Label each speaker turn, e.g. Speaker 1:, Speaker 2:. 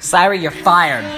Speaker 1: Siri, you're fired.